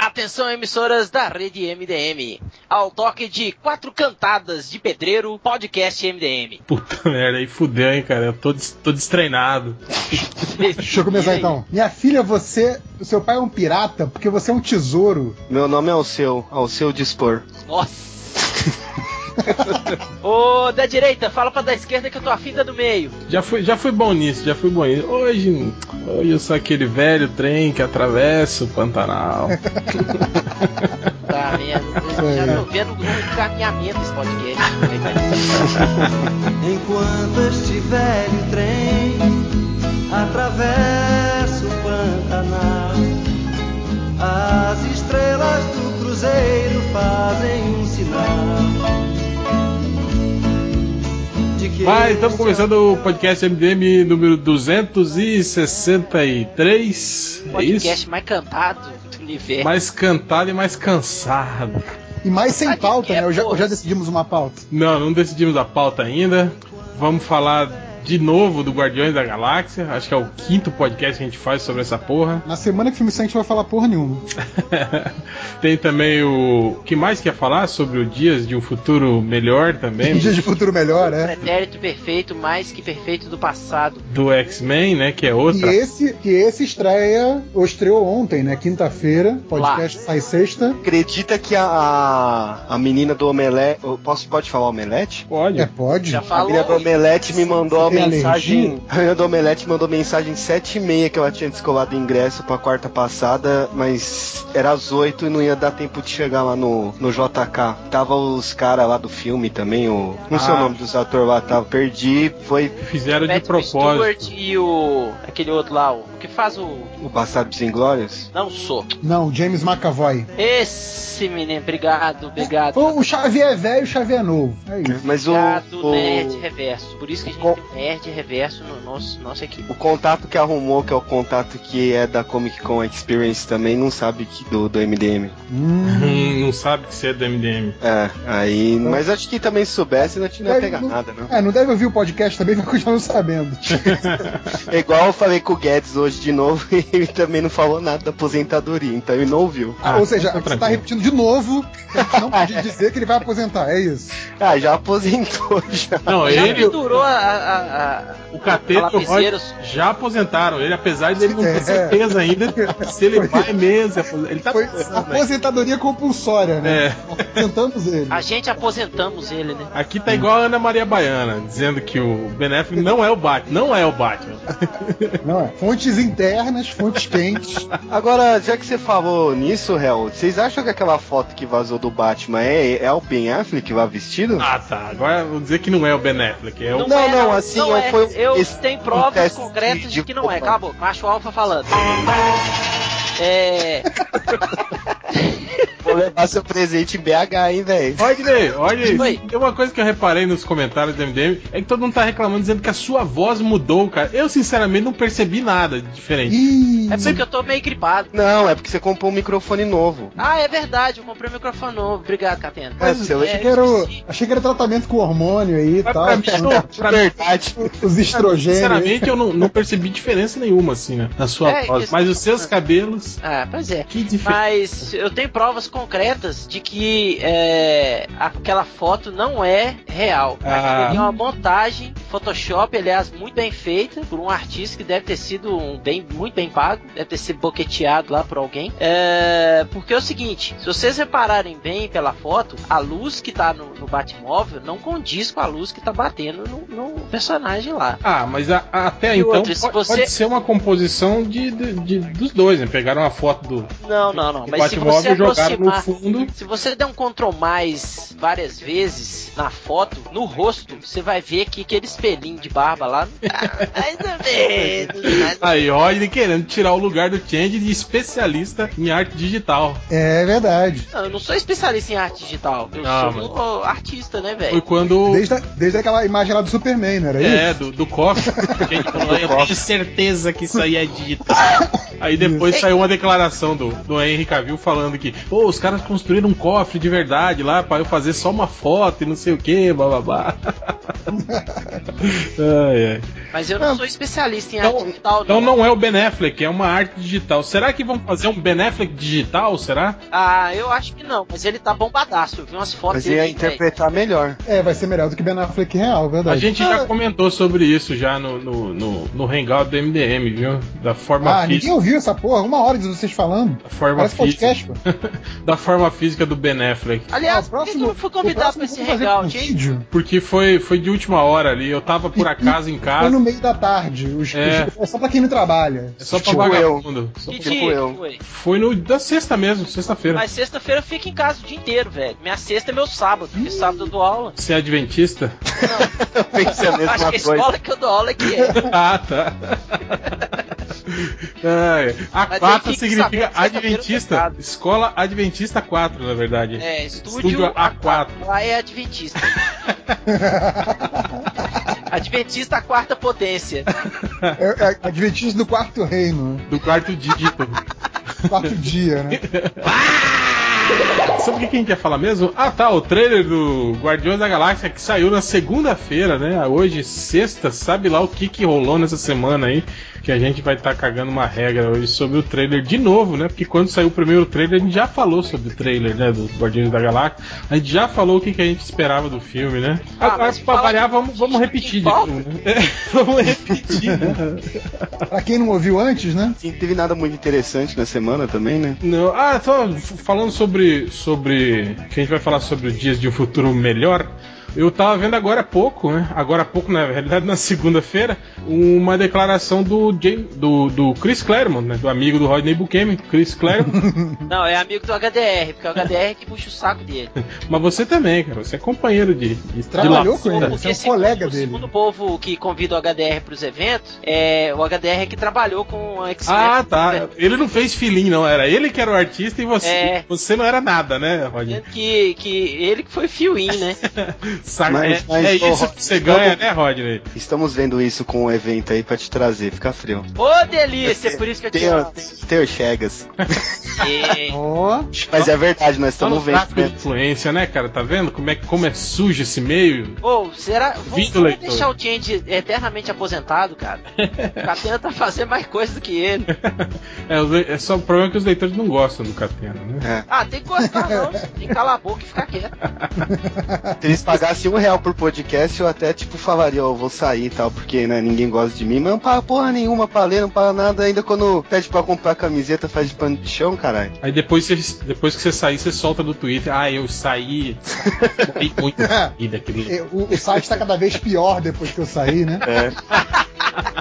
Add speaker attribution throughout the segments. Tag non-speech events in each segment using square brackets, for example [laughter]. Speaker 1: Atenção, emissoras da rede MDM. Ao toque de quatro cantadas de pedreiro, podcast MDM.
Speaker 2: Puta [laughs] merda, aí fudeu, hein, cara. Eu tô, des- tô destreinado.
Speaker 3: Deixa eu começar então. Minha filha, você. O seu pai é um pirata porque você é um tesouro.
Speaker 4: Meu nome é Alceu, ao seu dispor.
Speaker 1: Nossa. Ô, da direita, fala pra da esquerda que eu tô afim da do meio.
Speaker 2: Já fui, já fui bom nisso, já fui bom nisso. Hoje, hoje eu sou aquele velho trem que atravessa o Pantanal.
Speaker 1: Tá, merda. Eu já tô vendo um encaminhamento esse podcast. né,
Speaker 5: Enquanto este velho trem atravessa o Pantanal, as estrelas do cruzeiro fazem um sinal. de que
Speaker 2: Mas estamos
Speaker 5: o
Speaker 2: começando o podcast MDM número 263. É isso?
Speaker 1: Podcast mais cantado do universo.
Speaker 2: Mais cantado e mais cansado.
Speaker 3: E mais
Speaker 1: Ah,
Speaker 3: sem
Speaker 1: que
Speaker 3: pauta,
Speaker 1: é,
Speaker 3: né? Eu já,
Speaker 1: pô.
Speaker 3: eu já decidimos uma pauta.
Speaker 2: Não, não decidimos a pauta ainda. Vamos falar de novo do Guardiões da Galáxia. Acho que é o quinto podcast que a gente faz sobre essa porra.
Speaker 3: Na semana que o filme sai, a gente vai falar porra nenhuma.
Speaker 2: [laughs] Tem também o. O que mais quer falar sobre o Dias de um Futuro Melhor
Speaker 3: [laughs]
Speaker 2: também?
Speaker 3: Dias de futuro melhor, né?
Speaker 1: Pretérito perfeito, mais que perfeito do passado.
Speaker 2: Do X-Men, né? Que é
Speaker 3: E
Speaker 2: outra.
Speaker 3: esse, e esse estreia, ou estreou ontem, né? Quinta-feira. Podcast sai sexta.
Speaker 4: Acredita que a, a, a menina do Omelete. eu Posso, pode falar Omelete?
Speaker 2: Pode.
Speaker 3: É, [laughs] pode.
Speaker 1: Já
Speaker 4: A menina do
Speaker 1: falou.
Speaker 4: Omelete me mandou a
Speaker 3: Você tem
Speaker 4: mensagem. A menina do Omelete mandou mensagem 7 e meia que ela tinha descolado o ingresso pra quarta passada, mas era às 8 e não ia dar tempo de chegar lá no, no JK. Tava os caras lá do filme também, o. Não sei
Speaker 2: Ah.
Speaker 4: o nome dos atores lá, tava. Perdi, foi
Speaker 2: Fizeram de
Speaker 1: Patrick
Speaker 2: propósito.
Speaker 1: Stewart e o. aquele outro lá, o que faz o.
Speaker 4: o Passado dos Inglórios.
Speaker 1: Não sou.
Speaker 3: Não, James McAvoy.
Speaker 1: Esse menino, obrigado, obrigado.
Speaker 3: Ou o Xavier é velho, o Xavier é novo. É isso.
Speaker 4: Mas o.
Speaker 1: Obrigado,
Speaker 4: o-
Speaker 1: Nerd Reverso. Por isso que a gente
Speaker 4: Co-
Speaker 1: tem um Nerd Reverso no nosso, nossa equipe.
Speaker 4: O contato que arrumou, que é o contato que é da Comic Con Experience também, não sabe que do, do MDM.
Speaker 3: Hum.
Speaker 2: Hum, não sabe que você é do MDM.
Speaker 4: É, aí. Mas acho que também se soubesse, não tinha
Speaker 3: É,
Speaker 4: pegar
Speaker 3: não-
Speaker 4: nada, não.
Speaker 3: É, não deve ouvir o podcast também, vai continuar não sabendo.
Speaker 4: É igual eu falei com o Guedes hoje de novo [laughs] e ele também não falou nada da aposentadoria, então ele não ouviu.
Speaker 2: Ah,
Speaker 3: Ou seja,
Speaker 2: então tá
Speaker 3: você tá
Speaker 2: tranquilo.
Speaker 3: repetindo de novo, a gente não pode dizer que ele vai aposentar, é isso.
Speaker 4: Ah, já aposentou [laughs] já.
Speaker 2: Não,
Speaker 1: Já
Speaker 2: ele.
Speaker 1: pendurou a, a, a- a-
Speaker 2: O Cateta e o Roy
Speaker 1: lapiseira.
Speaker 2: já aposentaram ele, apesar de ele não ter
Speaker 3: É.
Speaker 2: certeza
Speaker 3: [laughs]
Speaker 2: ainda se ele vai mesmo. se aposentar. Ele tá
Speaker 3: Foi
Speaker 2: pensando, né?
Speaker 3: aposentadoria compulsória, né?
Speaker 2: É.
Speaker 3: Tentamos ele.
Speaker 1: A gente aposentamos ele, né?
Speaker 2: Aqui tá igual a Ana Maria Baiana, dizendo que o Ben Affleck não é o Batman. Não é o
Speaker 3: [laughs]
Speaker 2: Batman.
Speaker 3: Não é? Fontes internas, fontes quentes.
Speaker 2: É
Speaker 4: Agora, já que você falou nisso, Hel, vocês acham que aquela foto que vazou do Batman é, é o Ben Affleck lá vestido?
Speaker 2: Ah, tá. Agora vou dizer que não é o Ben Affleck. É o...
Speaker 4: Não, não, assim,
Speaker 1: não
Speaker 4: eu
Speaker 1: é.
Speaker 4: fui-
Speaker 1: Eu
Speaker 4: esse-
Speaker 1: tenho
Speaker 4: um
Speaker 1: provas
Speaker 4: teste
Speaker 1: concretas de
Speaker 4: de-
Speaker 1: que não é.
Speaker 4: opa.
Speaker 1: Acabou. Macho Alfa falando. É.
Speaker 4: Vou levar seu presente em BH, hein, velho?
Speaker 2: Olha, olha,
Speaker 1: Oi.
Speaker 2: tem uma coisa que eu reparei nos comentários do MDM é que todo mundo tá reclamando dizendo que a sua voz mudou, cara. Eu sinceramente não percebi nada de diferente.
Speaker 3: Ih,
Speaker 1: É porque eu tô meio gripado.
Speaker 4: Não, é porque você comprou um microfone novo.
Speaker 1: Ah, é verdade, eu comprei um microfone novo. Obrigado, Catena.
Speaker 4: Mas,
Speaker 2: né?
Speaker 4: seu,
Speaker 1: é,
Speaker 3: achei, que era, o- achei que era tratamento com hormônio aí e
Speaker 2: Mas
Speaker 3: tal.
Speaker 2: pra mim, não, pra mim,
Speaker 4: verdade.
Speaker 3: Os estrogênios.
Speaker 2: sinceramente, eu não, não percebi diferença nenhuma, assim, né, na sua
Speaker 1: É,
Speaker 2: voz.
Speaker 1: isso-
Speaker 2: Mas os seus cabelos,
Speaker 1: Ah, pois é.
Speaker 2: que diferença.
Speaker 1: Mas eu tenho provas concretas de que é, aquela foto não é real.
Speaker 2: Ah.
Speaker 1: Aquilo ali é uma montagem, Photoshop, aliás, muito bem feita por um artista que deve ter sido um bem, muito bem pago, deve ter sido boqueteado lá por alguém. É, porque é o seguinte: se vocês repararem bem pela foto, a luz que tá no, no Batmóvel não condiz com a luz que tá batendo no, no personagem lá.
Speaker 2: Ah, mas a- a- até
Speaker 1: E
Speaker 2: então
Speaker 1: outra, se
Speaker 2: pode,
Speaker 1: você-
Speaker 2: pode ser uma composição de, de- de- dos dois, né? Pegaram uma foto do,
Speaker 1: Não, não, não.
Speaker 2: do
Speaker 1: Mas se
Speaker 2: Batmóvel
Speaker 1: você
Speaker 2: e um jogaram no
Speaker 1: aproximar.
Speaker 2: fundo.
Speaker 1: Se você der um Ctrl mais várias vezes na foto, no rosto, você vai ver que aquele espelhinho de barba lá.
Speaker 2: [laughs]
Speaker 1: Ah, mais ou menos, mais ou
Speaker 2: Aí, ó, ele querendo tirar o lugar do Change de especialista em arte digital.
Speaker 3: É verdade.
Speaker 1: Não, eu não sou especialista em arte digital. Eu
Speaker 2: Não,
Speaker 1: sou artista, né,
Speaker 2: Foi
Speaker 1: velho?
Speaker 2: quando.
Speaker 3: Desde, a- desde aquela imagem lá do Superman, não era
Speaker 2: É,
Speaker 3: isso?
Speaker 2: do, do Cox. [laughs] Gente, falou, eu tenho certeza que isso aí é digital. Aí depois saiu uma declaração do, do Henry Cavill falando que, pô, os
Speaker 3: [laughs]
Speaker 2: caras construíram um cofre de verdade lá pra eu fazer só uma foto e não sei o que, bababá. ai, ai.
Speaker 1: Mas eu não sou especialista em arte digital,
Speaker 2: Então não é o Ben Affleck, é uma arte digital. Será que vão fazer um Ben Affleck digital? Será?
Speaker 1: Ah, eu acho que não, mas ele tá bombadaço. Eu vi umas fotos
Speaker 4: Mas é ia
Speaker 1: dele, velho.
Speaker 4: interpretar melhor.
Speaker 3: É, vai ser melhor do que Ben Affleck real,
Speaker 2: A
Speaker 3: verdade. Ah.
Speaker 2: gente já comentou sobre isso já no, no, no, no Hangout do MDM, viu? Da forma
Speaker 3: Ah, ninguém
Speaker 2: física.
Speaker 3: ouviu essa porra, uma hora de vocês falando.
Speaker 2: Da forma,
Speaker 3: Parece
Speaker 2: física
Speaker 3: podcast, pô.
Speaker 2: [laughs] da forma física do Ben Affleck.
Speaker 1: Aliás,
Speaker 3: Ah,
Speaker 1: por que que
Speaker 3: o próximo-
Speaker 1: eu não fui
Speaker 3: o
Speaker 1: convidado pra
Speaker 3: próximo
Speaker 1: esse
Speaker 3: vamos fazer
Speaker 1: regal,
Speaker 3: com
Speaker 1: gente?
Speaker 3: vídeo.
Speaker 2: Porque foi, foi de última hora ali. Eu tava por acaso em
Speaker 3: Foi no
Speaker 2: casa.
Speaker 3: meio da tarde. Os,
Speaker 2: Ah. É.
Speaker 3: os- é só pra quem não trabalha.
Speaker 2: É só pra
Speaker 4: Tipo eu.
Speaker 2: vagabundo. Só-
Speaker 1: Que
Speaker 4: Tipo
Speaker 1: dia
Speaker 4: eu.
Speaker 1: que foi?
Speaker 2: Foi no, da sexta mesmo, sexta-feira.
Speaker 1: Mas sexta-feira eu fico em casa o dia inteiro, velho. Minha sexta é meu sábado, porque sábado eu dou aula.
Speaker 2: Você
Speaker 1: [laughs]
Speaker 2: é adventista?
Speaker 4: Eu pensei a
Speaker 1: Acho
Speaker 4: mesma
Speaker 1: que a
Speaker 4: coisa.
Speaker 1: escola que eu dou aula é que
Speaker 3: [laughs]
Speaker 1: é.
Speaker 2: ah, tá. Ai, a
Speaker 1: Mas
Speaker 2: 4
Speaker 1: tem que
Speaker 2: significa
Speaker 1: saber que sexta-feira é
Speaker 2: Adventista.
Speaker 1: pecado.
Speaker 2: Escola Adventista 4, na verdade.
Speaker 1: É, estúdio,
Speaker 2: Estúdio A4.
Speaker 1: Lá é adventista. adventista a quarta potência.
Speaker 3: [laughs] É, é Adventista do quarto reino, né?
Speaker 2: Do
Speaker 1: [laughs]
Speaker 2: quarto dígito.
Speaker 3: quarto dia, né?
Speaker 2: Sobre o que que a gente ia falar mesmo? Ah, tá, o trailer do Guardiões da Galáxia que saiu na segunda-feira, né? Hoje, sexta, sabe lá o que que rolou nessa semana aí? Que a gente vai estar cagando uma regra hoje sobre o trailer de novo, né? Porque quando saiu o primeiro trailer, a gente já falou sobre o trailer, né? Do Guardiões da Galáxia. A gente já falou o que que a gente esperava do filme, né?
Speaker 1: Ah,
Speaker 2: Agora,
Speaker 1: mas
Speaker 2: pra
Speaker 1: fala
Speaker 2: variar,
Speaker 1: de-
Speaker 2: vamos, vamos
Speaker 1: de
Speaker 2: repetir de
Speaker 1: futebol?
Speaker 2: novo, né? [laughs] É, vamos repetir, né?
Speaker 3: Pra quem não ouviu antes, né?
Speaker 4: Sim, teve nada muito interessante na semana também, né?
Speaker 2: Não, ah, só f- falando sobre. sobre. que a gente vai falar sobre os dias de um futuro melhor. Eu tava vendo agora há pouco, né? Agora há pouco, na realidade, na segunda-feira, uma declaração do, James, do, do Chris Claremont, né? Do amigo do Rodney Buchanan, Chris Claremont.
Speaker 4: [laughs]
Speaker 1: Não, é amigo do HDR, porque é o HDR que puxa o saco
Speaker 3: [laughs]
Speaker 1: dele.
Speaker 2: Mas você também, cara. Você é companheiro de. de
Speaker 3: Trabalhou com ele,
Speaker 2: laçada.
Speaker 3: você é um
Speaker 1: segundo-
Speaker 3: colega
Speaker 1: Segundo
Speaker 3: dele.
Speaker 1: o povo que convida o HDR pros eventos, é, o HDR é que trabalhou com a X-Men.
Speaker 2: Ah, tá. Ele não fez filhinho, não. Era ele que era o artista e você,
Speaker 1: É.
Speaker 2: você não era nada, né, Rodney?
Speaker 1: Dizendo Que, que ele que foi fio in, né?
Speaker 2: Saca-
Speaker 4: Mas-
Speaker 2: é-
Speaker 4: mas,
Speaker 2: é
Speaker 4: ô,
Speaker 2: isso que você
Speaker 4: Rodney,
Speaker 2: ganha,
Speaker 4: vamos-
Speaker 2: né, Rodney?
Speaker 4: Estamos vendo isso com o evento aí pra te trazer, fica frio.
Speaker 1: Ô, delícia, é por isso que eu te
Speaker 4: Teu,
Speaker 1: amo.
Speaker 4: teu chegas.
Speaker 1: É,
Speaker 3: Ó,
Speaker 4: Mas é verdade, nós
Speaker 2: Só no
Speaker 4: estamos vendo.
Speaker 2: tráfico de
Speaker 4: né?
Speaker 2: influência, né, cara? Tá vendo como é, como é sujo esse meio?
Speaker 1: Ou será. Vamos,
Speaker 2: Vindo,
Speaker 1: vamos
Speaker 2: leitor.
Speaker 1: deixar o Change eternamente aposentado, cara? O Catena tá fazendo mais coisa do que ele.
Speaker 2: É, os le- é só o problema é que os leitores não gostam do Catena, né?
Speaker 4: É.
Speaker 1: Ah, tem que gostar
Speaker 2: [laughs]
Speaker 1: não. Tem que calar a boca e ficar quieto.
Speaker 4: É. Se eles pagassem um real por podcast, eu até tipo falaria, ó, eu vou sair e tal, porque né, ninguém gosta de mim, mas não paga porra nenhuma pra ler, não paga nada, ainda quando pede pra comprar camiseta, faz de pano de chão, caralho.
Speaker 2: Aí depois, você- depois que você sair, você solta no Twitter. Ah, eu saí. Morri muito [laughs] e daquele.
Speaker 3: e- o, o site tá cada vez pior depois que eu saí, né?
Speaker 4: É.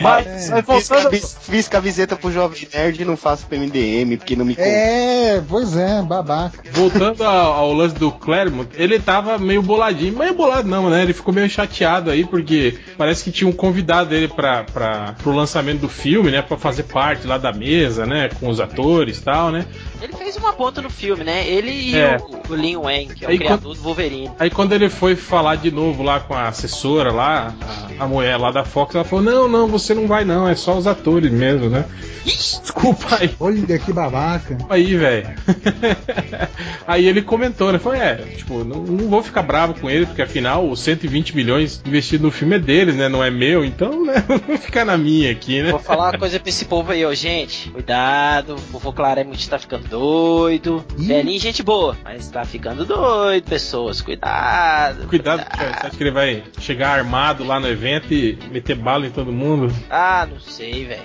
Speaker 2: Mas, é. mas
Speaker 4: Fiz,
Speaker 2: voltando.
Speaker 4: camis- fiz camiseta pro Jovem Nerd e não faço pro MDM, porque não me compra.
Speaker 3: É, pois é, babaca.
Speaker 2: Voltando ao, ao lance do Claremont, ele tava meio boladinho, meio bolado não, né? Ele ficou meio chateado aí, porque parece que tinha um convidado dele pra, pra, pro lançamento do filme, né? Pra fazer parte lá da mesa, né? Com os atores e tal, né?
Speaker 1: Ele fez uma ponta no filme, né? Ele e
Speaker 2: É.
Speaker 1: o, o Lin Wang, que é o
Speaker 2: Aí
Speaker 1: criador
Speaker 2: quando-
Speaker 1: do Wolverine.
Speaker 2: Aí quando ele foi falar de novo lá com a assessora lá, a, a mulher lá da Fox, ela falou: "Não, não, você não vai não, é só os atores mesmo, né?" [laughs] Desculpa aí.
Speaker 3: Olha que babaca.
Speaker 2: Aí, velho. [laughs] aí ele comentou, né? Falou, é, tipo, não, não vou ficar bravo com ele, porque afinal os 120 milhões investidos no filme é deles, né? Não é meu, então, né? [laughs] Vou ficar na minha aqui, né?
Speaker 1: Vou falar uma coisa pra esse povo aí, ó, gente. Cuidado, o vovô Claremont tá ficando doido.
Speaker 3: Ih.
Speaker 1: Velhinho, gente boa, mas tá ficando doido, pessoas. Cuidado.
Speaker 2: Cuidado, porque você acha que ele vai chegar armado lá no evento e meter bala em todo mundo?
Speaker 1: Ah, não sei,
Speaker 2: [laughs]
Speaker 1: velho.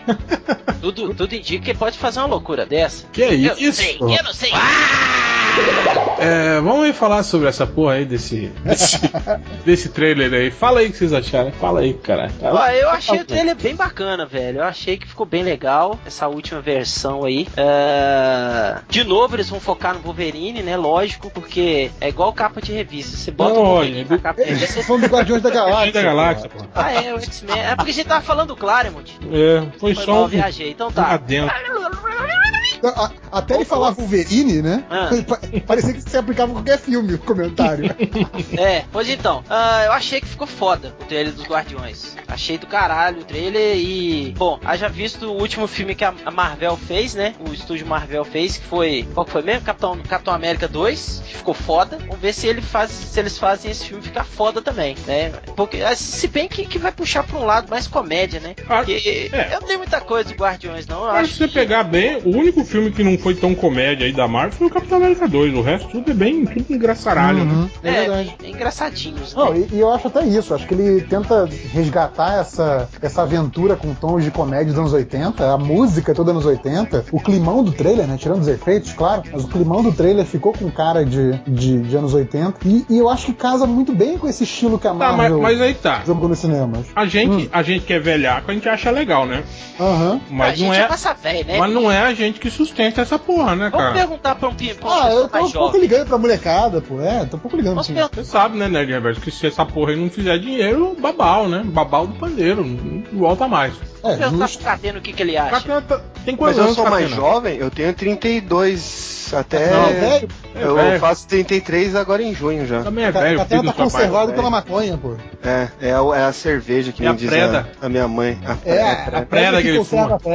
Speaker 1: tudo, tudo indica que ele pode fazer uma loucura dessa.
Speaker 2: Que é
Speaker 1: eu
Speaker 2: isso?
Speaker 1: não sei, eu não sei.
Speaker 2: É, vamos aí falar sobre essa porra aí desse,
Speaker 1: [laughs]
Speaker 2: desse, desse trailer aí. Fala aí o que vocês acharam. Fala aí, cara.
Speaker 1: Ó, eu achei o trailer bem bacana, velho. Eu achei que ficou bem legal essa última versão aí. É, De novo, eles vão focar no Wolverine, né? Lógico, porque é igual capa de revista. Você bota
Speaker 2: Não,
Speaker 1: o Wolverine
Speaker 2: olha,
Speaker 1: na
Speaker 2: do-
Speaker 1: capa de revista.
Speaker 2: [laughs]
Speaker 1: você-
Speaker 3: São do um Guardiões da Galáxia.
Speaker 2: da Galáxia, pô.
Speaker 1: Ah, é, o X-Men. É porque a gente tava falando do Claremont.
Speaker 2: É, foi
Speaker 1: Foi
Speaker 2: só
Speaker 1: mal,
Speaker 2: um
Speaker 1: viajei. Então
Speaker 2: um
Speaker 1: tá.
Speaker 2: adendo.
Speaker 3: a- até ele falar Wolverine, né?
Speaker 1: Ah.
Speaker 3: pa- Parecia que se aplicava a qualquer filme, o comentário.
Speaker 1: É, pois então, ah, eu achei que ficou foda o trailer dos Guardiões. Achei do caralho o trailer e. Bom, haja visto o último filme que a a Marvel fez, né? O estúdio Marvel fez, que foi. Qual que foi mesmo? Capitão, Capitão América 2, que ficou foda. Vamos ver se, ele faz, se eles fazem esse filme ficar foda também, né? Porque, ah, se bem que, que vai puxar pra um lado mais comédia, né?
Speaker 2: Ah,
Speaker 1: Porque
Speaker 2: é.
Speaker 1: eu não tenho muita coisa do Guardiões, não. Eu
Speaker 2: Mas
Speaker 1: acho
Speaker 2: se você
Speaker 1: que-
Speaker 2: pegar bem, o único filme que não foi tão comédia aí da Marvel foi o Capitão América 2. O resto tudo é bem, tudo engraçaralho. né?
Speaker 3: É
Speaker 1: É,
Speaker 3: verdade.
Speaker 1: é engraçadinhos.
Speaker 3: Não, e, e eu acho até isso. Acho que ele tenta resgatar essa, essa aventura com tons de comédia dos anos 80, a música é toda anos 80, o climão do trailer, né? Tirando os efeitos, claro, mas o climão do trailer ficou com cara de, de, de anos 80. E, e eu acho que casa muito bem com esse estilo que a
Speaker 2: Tá, mas,
Speaker 1: Uhum.
Speaker 3: Marvel
Speaker 2: mas aí tá.
Speaker 3: jogou nos cinemas.
Speaker 2: A gente, a gente que é velhaco, a gente acha legal, né?
Speaker 3: Aham.
Speaker 1: a
Speaker 2: Mas
Speaker 1: gente
Speaker 2: não
Speaker 1: é
Speaker 2: é.
Speaker 1: massa velha, né?
Speaker 2: Mas não é a gente que sustenta essa porra, né,
Speaker 1: Vamos
Speaker 2: cara?
Speaker 1: perguntar pra um pi- pra uma
Speaker 3: Ah, eu
Speaker 1: pessoa
Speaker 3: tô
Speaker 1: mais
Speaker 3: um pouco
Speaker 1: jovem.
Speaker 3: ligando pra molecada, pô. É, tô um pouco ligando.
Speaker 1: Posso
Speaker 3: assim.
Speaker 1: perguntar?
Speaker 2: Você sabe, né, Nerd Reverso, que se essa porra aí não fizer dinheiro, babau, né? Babau do pandeiro, não volta mais.
Speaker 3: É,
Speaker 1: Eu
Speaker 3: justo.
Speaker 1: tava cadendo tá o que, que ele acha.
Speaker 2: Catena tá- tem
Speaker 4: Mas
Speaker 2: quantos
Speaker 4: eu
Speaker 2: anos,
Speaker 4: sou mais
Speaker 2: Catena?
Speaker 4: jovem, eu tenho 32 até.
Speaker 3: Não, velho,
Speaker 2: É
Speaker 4: eu
Speaker 2: velho.
Speaker 4: faço 33 agora em junho já.
Speaker 2: Também é
Speaker 3: a
Speaker 2: velho,
Speaker 3: Catena
Speaker 2: filho
Speaker 3: tá
Speaker 2: do papai.
Speaker 3: conservado
Speaker 4: velho.
Speaker 3: pela maconha, pô.
Speaker 4: É, é, a- é a cerveja que
Speaker 2: É a
Speaker 4: me diz
Speaker 2: preda.
Speaker 4: a, a minha mãe. A
Speaker 3: É,
Speaker 4: preda.
Speaker 2: preda que ele
Speaker 3: conserva
Speaker 2: fuma.
Speaker 3: a